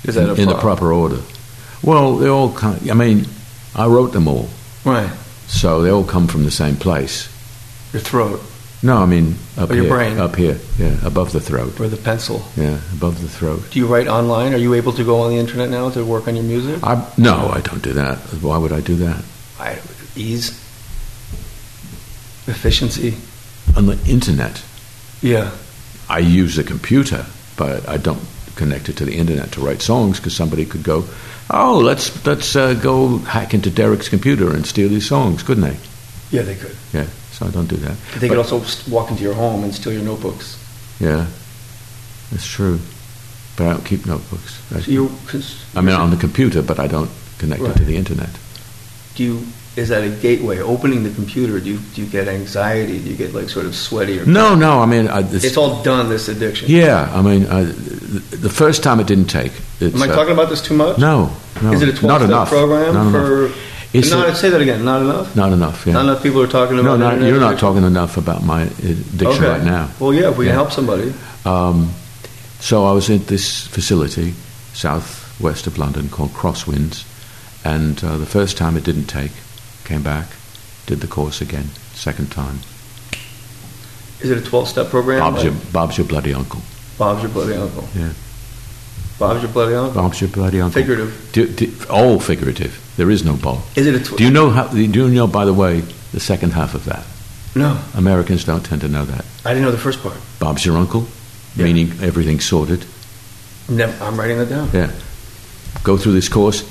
Speaker 3: Is that a
Speaker 4: in the
Speaker 3: problem?
Speaker 4: proper order. Well, they all come, I mean, I wrote them all,
Speaker 3: Right,
Speaker 4: so they all come from the same place.
Speaker 3: your throat
Speaker 4: No, I mean, up
Speaker 3: Or your
Speaker 4: here.
Speaker 3: brain.
Speaker 4: Up here, yeah, above the throat.
Speaker 3: or the pencil.
Speaker 4: Yeah, above the throat.
Speaker 3: Do you write online? Are you able to go on the internet now to work on your music?
Speaker 4: I, no, I don't do that. Why would I do that?
Speaker 3: I, ease, efficiency.
Speaker 4: On the internet,
Speaker 3: Yeah,
Speaker 4: I use the computer, but I don't connect it to the internet to write songs because somebody could go, "Oh, let's let's uh, go hack into Derek's computer and steal his songs," couldn't they?
Speaker 3: yeah, they could.
Speaker 4: Yeah, so I don't do that.
Speaker 3: They could also s- walk into your home and steal your notebooks.
Speaker 4: Yeah, that's true. But I don't keep notebooks. I,
Speaker 3: So you, 'cause-
Speaker 4: I mean, on the computer, but I don't connect it to
Speaker 3: Right.
Speaker 4: the internet.
Speaker 3: do you is that a gateway opening the computer do you, do you get anxiety do you get like sort of sweaty or
Speaker 4: No, no. I mean, I,
Speaker 3: it's all done this addiction
Speaker 4: Yeah, I mean, I, the the first time it didn't take. It's,
Speaker 3: am i
Speaker 4: uh,
Speaker 3: talking about this too much
Speaker 4: No, no.
Speaker 3: is it a 12
Speaker 4: not
Speaker 3: step
Speaker 4: enough.
Speaker 3: program
Speaker 4: Not enough.
Speaker 3: for
Speaker 4: It's
Speaker 3: no
Speaker 4: a-
Speaker 3: I'd say that again not enough
Speaker 4: Not enough. Yeah.
Speaker 3: not enough people are talking
Speaker 4: no,
Speaker 3: about
Speaker 4: not-
Speaker 3: internet
Speaker 4: you're not
Speaker 3: addiction?
Speaker 4: talking enough about my uh, addiction
Speaker 3: Okay.
Speaker 4: right now.
Speaker 3: well yeah if we
Speaker 4: Yeah.
Speaker 3: can help somebody
Speaker 4: Um, so I was in this facility south west of London called Crosswinds, and uh, the first time it didn't take. Came back, did the course again. Second time,
Speaker 3: is it a 12 step program
Speaker 4: Bob's your,
Speaker 3: Like,
Speaker 4: Bob's your bloody uncle.
Speaker 3: Bob's your bloody uncle
Speaker 4: Yeah.
Speaker 3: Bob's your bloody uncle
Speaker 4: Bob's your bloody uncle.
Speaker 3: figurative
Speaker 4: Do, do, all figurative. There is no Bob.
Speaker 3: is it a tw-
Speaker 4: Do you know how? Do you know? By the way, the second half of that.
Speaker 3: no
Speaker 4: Americans don't tend to know that.
Speaker 3: I didn't know the first part
Speaker 4: Bob's your uncle,
Speaker 3: Yeah.
Speaker 4: meaning everything's sorted.
Speaker 3: Never, I'm writing that down
Speaker 4: Yeah. Go through this course,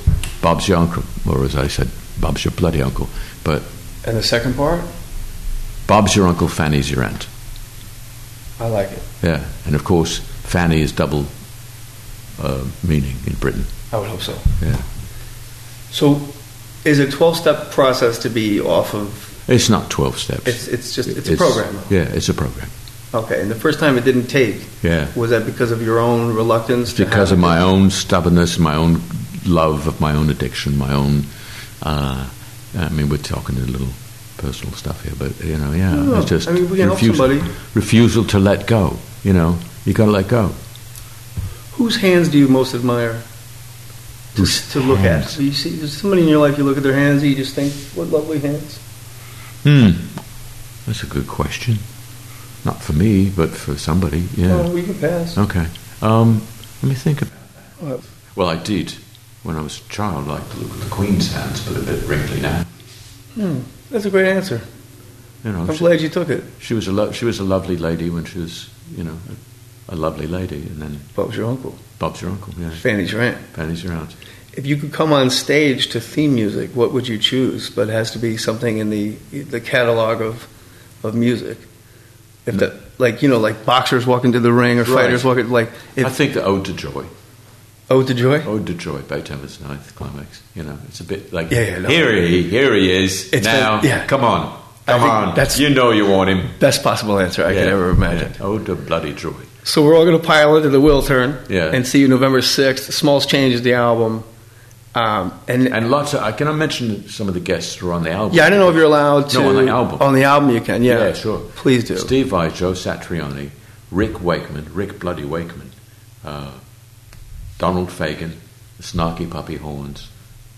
Speaker 4: Bob's your uncle, or as I said, Bob's your bloody uncle. But
Speaker 3: and the second part
Speaker 4: Bob's your uncle, Fanny's your aunt.
Speaker 3: I like it
Speaker 4: Yeah. And of course, Fanny is double uh, meaning in Britain.
Speaker 3: I would hope so
Speaker 4: Yeah.
Speaker 3: So, is a twelve-step process to be off of?
Speaker 4: It's not 12 steps.
Speaker 3: It's it's just it's, a program.
Speaker 4: Yeah, it's a program.
Speaker 3: Okay, and the first time it didn't take
Speaker 4: Yeah.
Speaker 3: was that because of your own reluctance? to
Speaker 4: because
Speaker 3: have
Speaker 4: of
Speaker 3: it?
Speaker 4: my own stubbornness, my own love of my own addiction, my own. Uh, I mean, we're talking a little personal stuff here, but you know, yeah,
Speaker 3: No,
Speaker 4: it's just
Speaker 3: I mean, we can help
Speaker 4: refusal,
Speaker 3: somebody.
Speaker 4: refusal to let go. You know, you got to let go.
Speaker 3: Whose hands do you most admire?
Speaker 4: Whose
Speaker 3: Just to look at.
Speaker 4: hands?
Speaker 3: So you see, there's somebody in your life. You look at their hands, and you just think, "What lovely hands!"
Speaker 4: Hmm, that's a good question. Not for me, but for somebody.
Speaker 3: Oh,
Speaker 4: Yeah.
Speaker 3: we can pass.
Speaker 4: Okay. Um, let me think about.
Speaker 3: Well-
Speaker 4: That. Well, I did when I was a child, like to look at the Queen's hands, but a bit wrinkly now.
Speaker 3: That's a great answer.
Speaker 4: You know,
Speaker 3: I'm
Speaker 4: she-
Speaker 3: glad you took it.
Speaker 4: She was a lo- she was a lovely lady when she was you know a, a lovely lady, and then
Speaker 3: What was your uncle?
Speaker 4: Bob's your uncle, yeah,
Speaker 3: Fanny Durant.
Speaker 4: Fanny's your aunt.
Speaker 3: If you could come on stage to theme music, what would you choose? But it has to be something in the the catalog of of music. If that, like you know, like boxers walk into the ring or
Speaker 4: Right.
Speaker 3: fighters walk in, like
Speaker 4: I
Speaker 3: if,
Speaker 4: think the Ode to Joy,
Speaker 3: Ode to Joy.
Speaker 4: Ode to Joy, Beethoven's Ninth Climax. You know, it's a bit like
Speaker 3: Yeah, yeah, no.
Speaker 4: here he here he is
Speaker 3: It's
Speaker 4: now.
Speaker 3: been- yeah.
Speaker 4: come on,
Speaker 3: I
Speaker 4: come
Speaker 3: think
Speaker 4: on.
Speaker 3: that's-
Speaker 4: you know you want him.
Speaker 3: Best possible answer I could
Speaker 4: Yeah,
Speaker 3: ever imagine.
Speaker 4: yeah. Ode to bloody joy.
Speaker 3: So we're all going to pile into the wheel turn
Speaker 4: Yeah.
Speaker 3: and see you November sixth. Smalls changes the album, um, and,
Speaker 4: And lots of. I can I mention some of the guests who are on the album?
Speaker 3: yeah, I don't know if you're allowed to
Speaker 4: No, on the album.
Speaker 3: On the album, you can. Yeah,
Speaker 4: Yeah, sure.
Speaker 3: Please do.
Speaker 4: Steve Vai, Joe Satriani, Rick Wakeman, Rick Bloody Wakeman, uh, Donald Fagan, the Snarky Puppy Horns,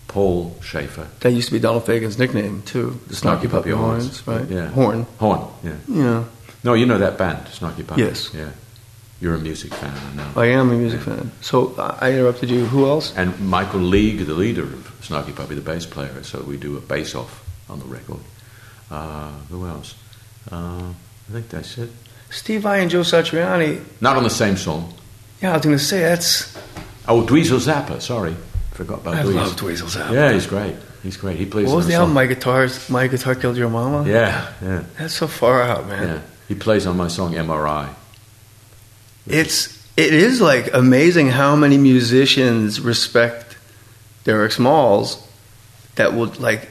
Speaker 4: Paul Schaefer,
Speaker 3: That used to be Donald Fagan's nickname too.
Speaker 4: the Snarky, Puppy, Horns,
Speaker 3: right?
Speaker 4: Yeah,
Speaker 3: Horn.
Speaker 4: Horn. Yeah.
Speaker 3: Yeah.
Speaker 4: No, you know that band, Snarky Puppy.
Speaker 3: Yes.
Speaker 4: Yeah. You're a music fan, I know.
Speaker 3: I am a music fan. So I I interrupted you. Who else?
Speaker 4: And Michael League, the leader of Snarky Puppy, the bass player, so we do a bass off on the record. Uh, who else? Uh, I think that's it.
Speaker 3: Steve I and Joe Satriani.
Speaker 4: Not on the same song.
Speaker 3: Yeah, I was going to say that's.
Speaker 4: Oh, Dweezil Zappa, sorry. Forgot about
Speaker 3: I
Speaker 4: Dweezil.
Speaker 3: love Dweezil's album.
Speaker 4: Oh, Yeah, he's great. He's great. He plays
Speaker 3: What was
Speaker 4: on
Speaker 3: the
Speaker 4: a
Speaker 3: album?
Speaker 4: song.
Speaker 3: My guitars. My guitar killed your mama.
Speaker 4: Yeah, yeah,
Speaker 3: That's so far out, man.
Speaker 4: yeah. He plays on my song MRI.
Speaker 3: It's it is like amazing how many musicians respect Derek Smalls that would like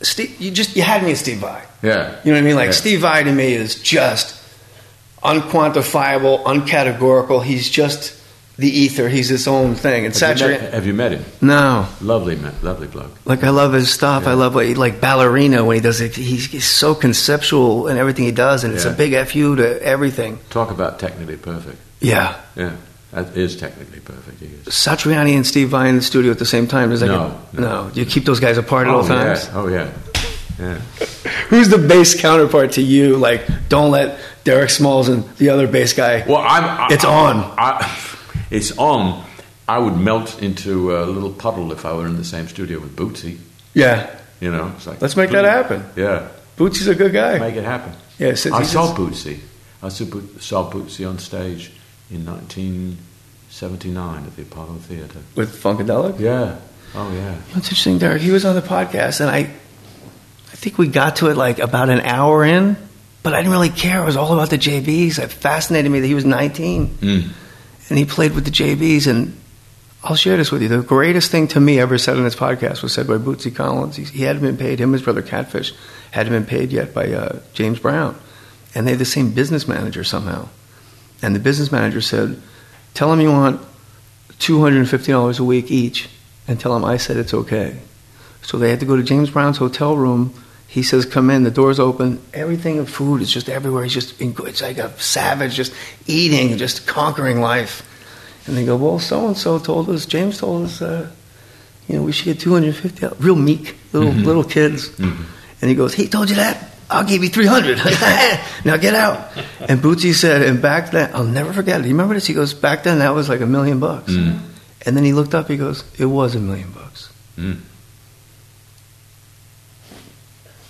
Speaker 3: Steve. You just you had me at Steve Vai.
Speaker 4: Yeah.
Speaker 3: You know what I mean? Like
Speaker 4: Yeah.
Speaker 3: Steve Vai to me is just unquantifiable, uncategorical. He's just the ether. He's his own thing. And
Speaker 4: Have you,
Speaker 3: Satriani.
Speaker 4: met, have you met him?
Speaker 3: No,
Speaker 4: Lovely man, lovely bloke.
Speaker 3: like I love his stuff. I love what he, like Ballerina when he does it. He's, he's so conceptual in everything he does, and it's a
Speaker 4: Yeah.
Speaker 3: big fu to everything.
Speaker 4: Talk about technically perfect.
Speaker 3: Yeah.
Speaker 4: Yeah, that is technically perfect. He is.
Speaker 3: Satriani and Steve Vai in the studio at the same time. Is that
Speaker 4: No,
Speaker 3: no, You keep those guys apart at all times.
Speaker 4: yeah. Oh yeah. Yeah.
Speaker 3: Who's the bass counterpart to you? Like, don't let Derek Smalls and the other bass guy.
Speaker 4: Well, I'm. I,
Speaker 3: It's on.
Speaker 4: I, it's on. I would melt into a little puddle if I were in the same studio with Bootsy.
Speaker 3: Yeah,
Speaker 4: You know, it's like
Speaker 3: Let's make that happen.
Speaker 4: Yeah,
Speaker 3: Bootsy's a good guy.
Speaker 4: make it happen.
Speaker 3: Yeah, since
Speaker 4: I
Speaker 3: he's-
Speaker 4: saw Bootsy. I saw, Boot, saw Bootsy on stage in 1979 at the Apollo Theatre.
Speaker 3: with Funkadelic.
Speaker 4: Yeah. Oh yeah.
Speaker 3: That's interesting, Derek. He was on the podcast, and I, I think we got to it like about an hour in, but I didn't really care. It was all about the JVs. It fascinated me that he was 19
Speaker 4: Mm.
Speaker 3: and he played with the JVs. And I'll share this with you: the greatest thing to me ever said on this podcast was said by Bootsy Collins. He, he hadn't been paid. Him and his brother Catfish hadn't been paid yet by uh, James Brown, and they had the same business manager somehow. And the business manager said, "Tell him you want two hundred and fifty dollars a week each, and tell him I said it's okay." So they had to go to James Brown's hotel room. He says, "Come in." The door's open. Everything of food is just everywhere. He's just in, it's like a savage, just eating, just conquering life. And they go, well, so and so told us, James told us, uh, you know, we should get 250. out." Real meek, little little kids. And he goes, he told you that? I'll give you 300. now get out. And Bootsy said, and back then, I'll never forget it. You remember this? He goes, back then that was like a million bucks. And then he looked up, he goes, it was a million bucks.
Speaker 4: Mm.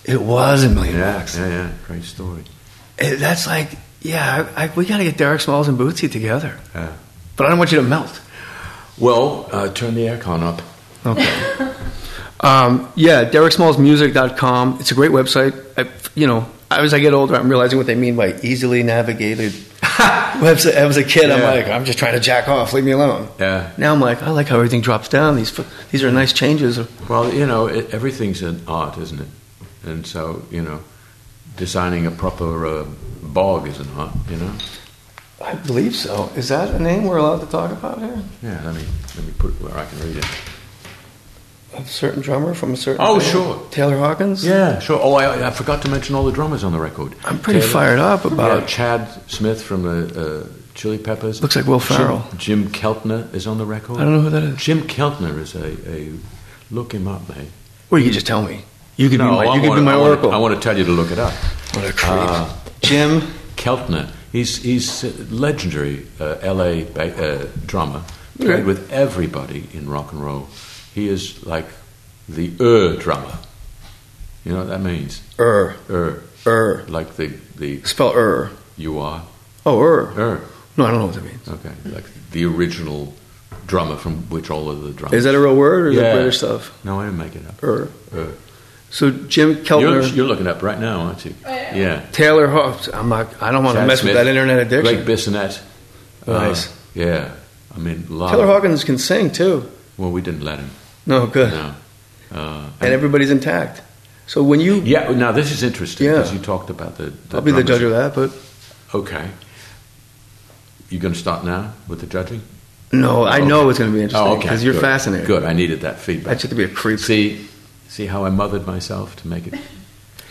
Speaker 3: It was a million
Speaker 4: Yeah.
Speaker 3: bucks.
Speaker 4: Yeah. Yeah. Great story.
Speaker 3: Eh, That's like, yeah, I, I, we got to get Derek Smalls and Bootsy together.
Speaker 4: Yeah.
Speaker 3: But I don't want you to melt.
Speaker 4: Well, uh, turn the aircon up.
Speaker 3: Um, yeah, DerekSmallsMusic.com. It's a great website. I, you know, I- as I get older, I'm realizing what they mean by easily navigated website. I was a kid. I'm
Speaker 4: Yeah.
Speaker 3: like, I'm just trying to jack off. Leave me alone.
Speaker 4: Yeah.
Speaker 3: Now I'm like, I like how everything drops down. These fu- these are nice changes.
Speaker 4: Well, you know, it, everything's an art, isn't it? And so, you know, designing a proper uh, bog is an art, you know?
Speaker 3: I believe so. Is that a name we're allowed to talk about here?
Speaker 4: Yeah, let me, let me put it where I can read it.
Speaker 3: A certain drummer from a certain.
Speaker 4: Oh,
Speaker 3: band?
Speaker 4: sure.
Speaker 3: Taylor Hawkins.
Speaker 4: Yeah, sure. Oh, I, I forgot to mention all the drummers on the record.
Speaker 3: I'm pretty
Speaker 4: Taylor-
Speaker 3: fired up about.
Speaker 4: Yeah, Chad Smith from the uh, Chili Peppers.
Speaker 3: Looks like Will Ferrell.
Speaker 4: Jim, Jim Keltner is on the record.
Speaker 3: I don't know who that is.
Speaker 4: Jim Keltner is a, a look him up, mate.
Speaker 3: Well, you could just tell me. You could be my,
Speaker 4: I
Speaker 3: you could
Speaker 4: wanna-
Speaker 3: be my
Speaker 4: I wanna-
Speaker 3: oracle.
Speaker 4: I want to tell you to look it up.
Speaker 3: what a creep.
Speaker 4: Uh,
Speaker 3: Jim.
Speaker 4: Keltner. He's he's a legendary uh, L.A. Ba- uh, drummer. Played
Speaker 3: Okay.
Speaker 4: with everybody in rock and roll. He is like the er drummer. You know what that means?
Speaker 3: Er.
Speaker 4: Er,
Speaker 3: Er.
Speaker 4: like the the
Speaker 3: Spell er.
Speaker 4: you are
Speaker 3: Oh, er.
Speaker 4: er.
Speaker 3: No, I don't know what that means.
Speaker 4: Okay, like the original drummer from which all of the drummers.
Speaker 3: Is that a real word or is
Speaker 4: Yeah.
Speaker 3: it British stuff?
Speaker 4: No, I didn't make it up.
Speaker 3: Er.
Speaker 4: Er.
Speaker 3: So Jim
Speaker 4: You're,
Speaker 3: Keltner, Oh,
Speaker 4: you're looking it up right now, aren't you?
Speaker 5: I am.
Speaker 4: Yeah.
Speaker 3: Taylor Hawkins. I'm not. I don't want to
Speaker 4: Chad
Speaker 3: mess
Speaker 4: Smith,
Speaker 3: with that internet addiction.
Speaker 4: Greg Bissonette.
Speaker 3: Nice.
Speaker 4: Uh, yeah. I mean, a lot
Speaker 3: Taylor
Speaker 4: of-
Speaker 3: Hawkins can sing too.
Speaker 4: Well, we didn't let him.
Speaker 3: No, good.
Speaker 4: No. Uh,
Speaker 3: And everybody's intact. So when you,
Speaker 4: yeah, well, now this is interesting
Speaker 3: Yeah.
Speaker 4: because you talked about the. the
Speaker 3: I'll be the
Speaker 4: drummers.
Speaker 3: judge of that, but
Speaker 4: Okay. You going to start now with the judging?
Speaker 3: no, I know
Speaker 4: Okay.
Speaker 3: it's going to be interesting because you're
Speaker 4: good.
Speaker 3: fascinated.
Speaker 4: Good. I needed that feedback.
Speaker 3: I just have to be a creep.
Speaker 4: See, see how I mothered myself to make it.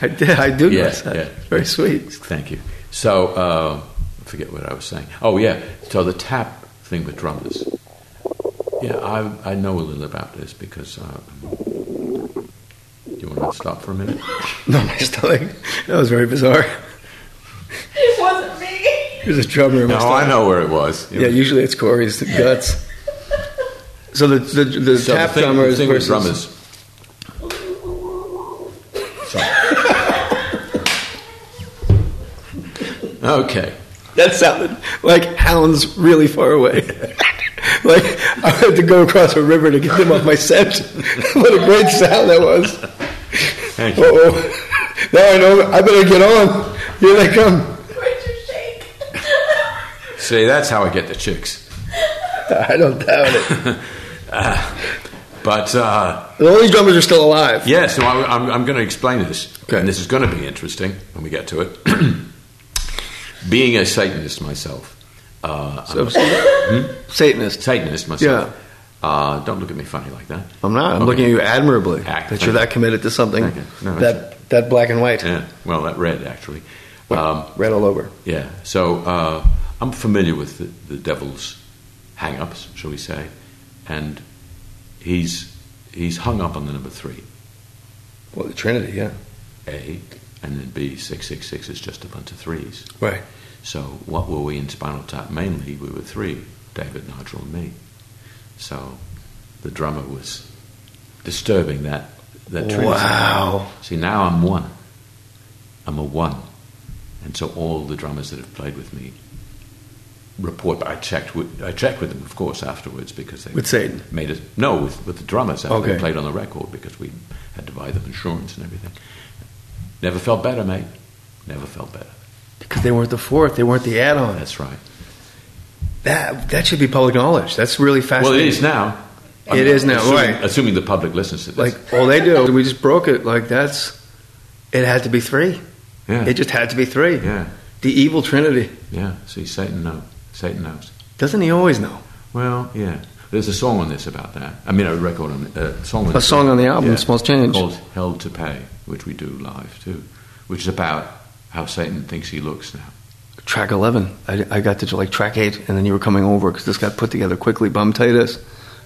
Speaker 3: I did. I do
Speaker 4: Yeah,
Speaker 3: yes, that.
Speaker 4: yeah.
Speaker 3: Very sweet.
Speaker 4: Thank you. So uh, I forget what I was saying. Oh yeah. So the tap thing with drummers. Yeah, I I know a little about this because. Uh, do you want to stop for a minute?
Speaker 3: No, my stomach. That was very bizarre.
Speaker 5: It wasn't me.
Speaker 3: There's a drummer. in my
Speaker 4: Oh,
Speaker 3: style.
Speaker 4: I know where it was. It
Speaker 3: Yeah,
Speaker 4: was-
Speaker 3: usually it's Corey's the guts. So the the, the
Speaker 4: so
Speaker 3: tap
Speaker 4: the thing,
Speaker 3: drummer
Speaker 4: the
Speaker 3: is
Speaker 4: thing
Speaker 3: versus
Speaker 4: with drummers. Sorry. okay.
Speaker 3: that sounded like Alan's really far away. like I had to go across a river to get them off my scent. what a great sound that was.
Speaker 4: Thank
Speaker 3: Uh
Speaker 4: you.
Speaker 3: oh. Now I know. I better get on. Here they come.
Speaker 5: Where'd you shake?
Speaker 4: See, that's how I get the chicks.
Speaker 3: I don't doubt it.
Speaker 4: But uh,
Speaker 3: All these drummers are still alive.
Speaker 4: yeah, so I, am I'm going to explain this, and this is going to be interesting when we get to it. Being a Satanist myself, uh,
Speaker 3: So-
Speaker 4: I'm
Speaker 3: Hmm? Satanist.
Speaker 4: Satanist myself. Uh, don't look at me funny like that.
Speaker 3: I'm not. I'm
Speaker 4: Okay.
Speaker 3: looking at you admirably
Speaker 4: Ah,
Speaker 3: that you're
Speaker 4: thank
Speaker 3: that committed to something
Speaker 4: Thank you. No, it's-
Speaker 3: that that black and white
Speaker 4: Yeah. Well, that red actually. Um,
Speaker 3: red all over.
Speaker 4: yeah. So uh, I'm familiar with the, the devil's hang-ups, shall we say, and he's he's hung up on the number three,
Speaker 3: Well, the Trinity. Yeah.
Speaker 4: A, and then B. Six six six is just a bunch of threes.
Speaker 3: Right.
Speaker 4: So what were we in Spinal Tap? Mainly, we were three: David, Nigel, and me. So the drummer was disturbing that that trinity.
Speaker 3: Wow.
Speaker 4: See, now I'm one. I'm a one. And so all the drummers that have played with me report, but I checked with, I checked with them, of course, afterwards because they
Speaker 3: With Satan?
Speaker 4: made us, no, with, with the drummers after
Speaker 3: Okay.
Speaker 4: they played on the record because we had to buy them insurance and everything. Never felt better, mate. Never felt better.
Speaker 3: Because they weren't the fourth. They weren't the add-on.
Speaker 4: That's right.
Speaker 3: That that should be public knowledge. That's really
Speaker 4: Well,
Speaker 3: fascinating.
Speaker 4: it is now.
Speaker 3: It is now,
Speaker 4: assuming,
Speaker 3: right.
Speaker 4: Assuming the public listens to this.
Speaker 3: Like all they do, we just broke it. Like that's it had to be three.
Speaker 4: yeah.
Speaker 3: It just had to be three.
Speaker 4: yeah.
Speaker 3: The evil Trinity.
Speaker 4: Yeah. See, Satan knows. Satan knows.
Speaker 3: Doesn't he always know?
Speaker 4: Well, yeah. There's a song on this about that. I mean, a record on a song. On
Speaker 3: A song on the album,
Speaker 4: Yeah.
Speaker 3: Smells Change.
Speaker 4: called "Held to Pay," which we do live too, which is about how Satan thinks he looks now.
Speaker 3: Track eleven. I, I got to like track eight, and then you were coming over because this got put together quickly. Bum Titus,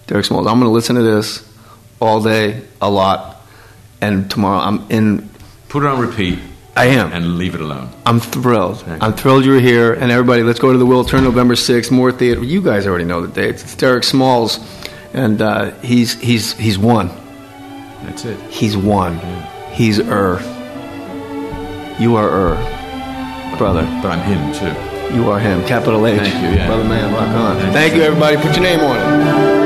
Speaker 3: Derek Smalls. I'm going to listen to this all day, a lot, and tomorrow I'm in.
Speaker 4: Put it on repeat
Speaker 3: I am.
Speaker 4: and leave it alone.
Speaker 3: I'm thrilled.
Speaker 4: Thank
Speaker 3: I'm thrilled you're here. And everybody, let's go to the Will Turn November 6th, more theater. You guys already know the dates. It's Derek Smalls, and uh, he's he's he's one.
Speaker 4: That's it.
Speaker 3: He's one. He's er. You are er, brother.
Speaker 4: But I'm him too.
Speaker 3: You are him. Capital H.
Speaker 4: Thank you, yeah.
Speaker 3: Brother man, rock on.
Speaker 4: Thank
Speaker 3: Thank you, everybody. Put your name on it.